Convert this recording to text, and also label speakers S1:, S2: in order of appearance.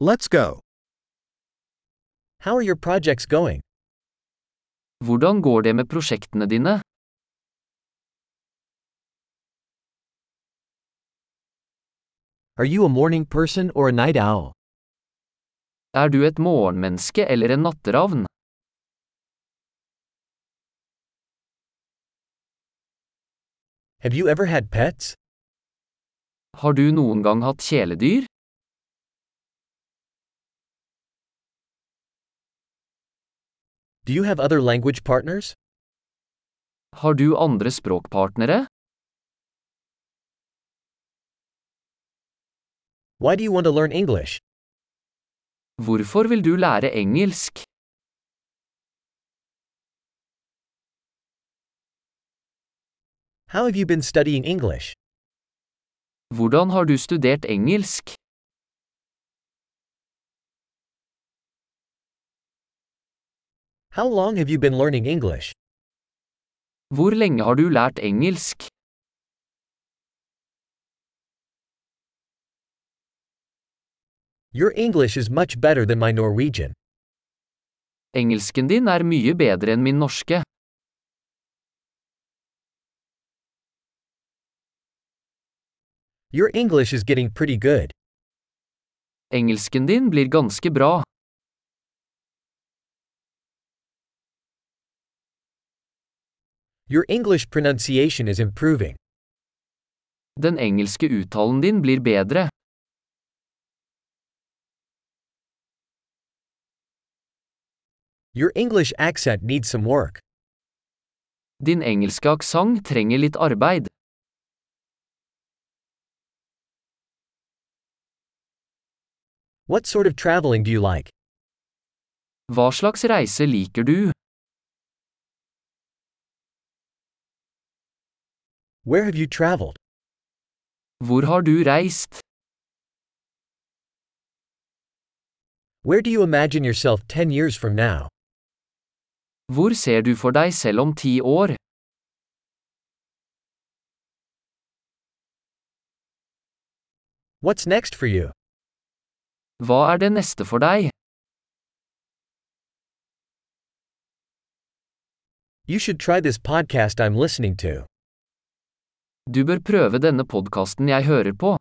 S1: Let's go. How are your projects going?
S2: Hvordan går det med prosjektene dine?
S1: Are you a morning person or a night owl?
S2: Er du et morgenmenneske eller en natteravn?
S1: Have you ever had pets?
S2: Har du noen gang hatt kjæledyr?
S1: Do you have other language partners?
S2: Har du andre språkpartnere?
S1: Why do you want to learn English?
S2: Hvorfor vil du lære engelsk?
S1: How have you been studying English?
S2: Hvordan har du studert engelsk?
S1: How long have you been learning English?
S2: Hvor lenge har du lært engelsk?
S1: Your English is much better than my Norwegian.
S2: Engelsken din er mye bedre enn min norske.
S1: Your English is getting pretty good.
S2: Engelsken din blir ganske bra.
S1: Your English pronunciation is improving.
S2: Den engelske uttalen din blir bedre.
S1: Your English accent needs some work.
S2: Din engelske aksent trenger litt arbeid.
S1: What sort of traveling do you like?
S2: Hva slags reise liker du?
S1: Where have you traveled?
S2: Hvor har du reist?
S1: Where do you imagine yourself 10 years from now?
S2: Hvor ser du for deg selv om ti år?
S1: What's next for you?
S2: Hva er det neste for deg?
S1: You should try this podcast I'm listening to.
S2: Du bør prøve denne podkasten jeg hører på.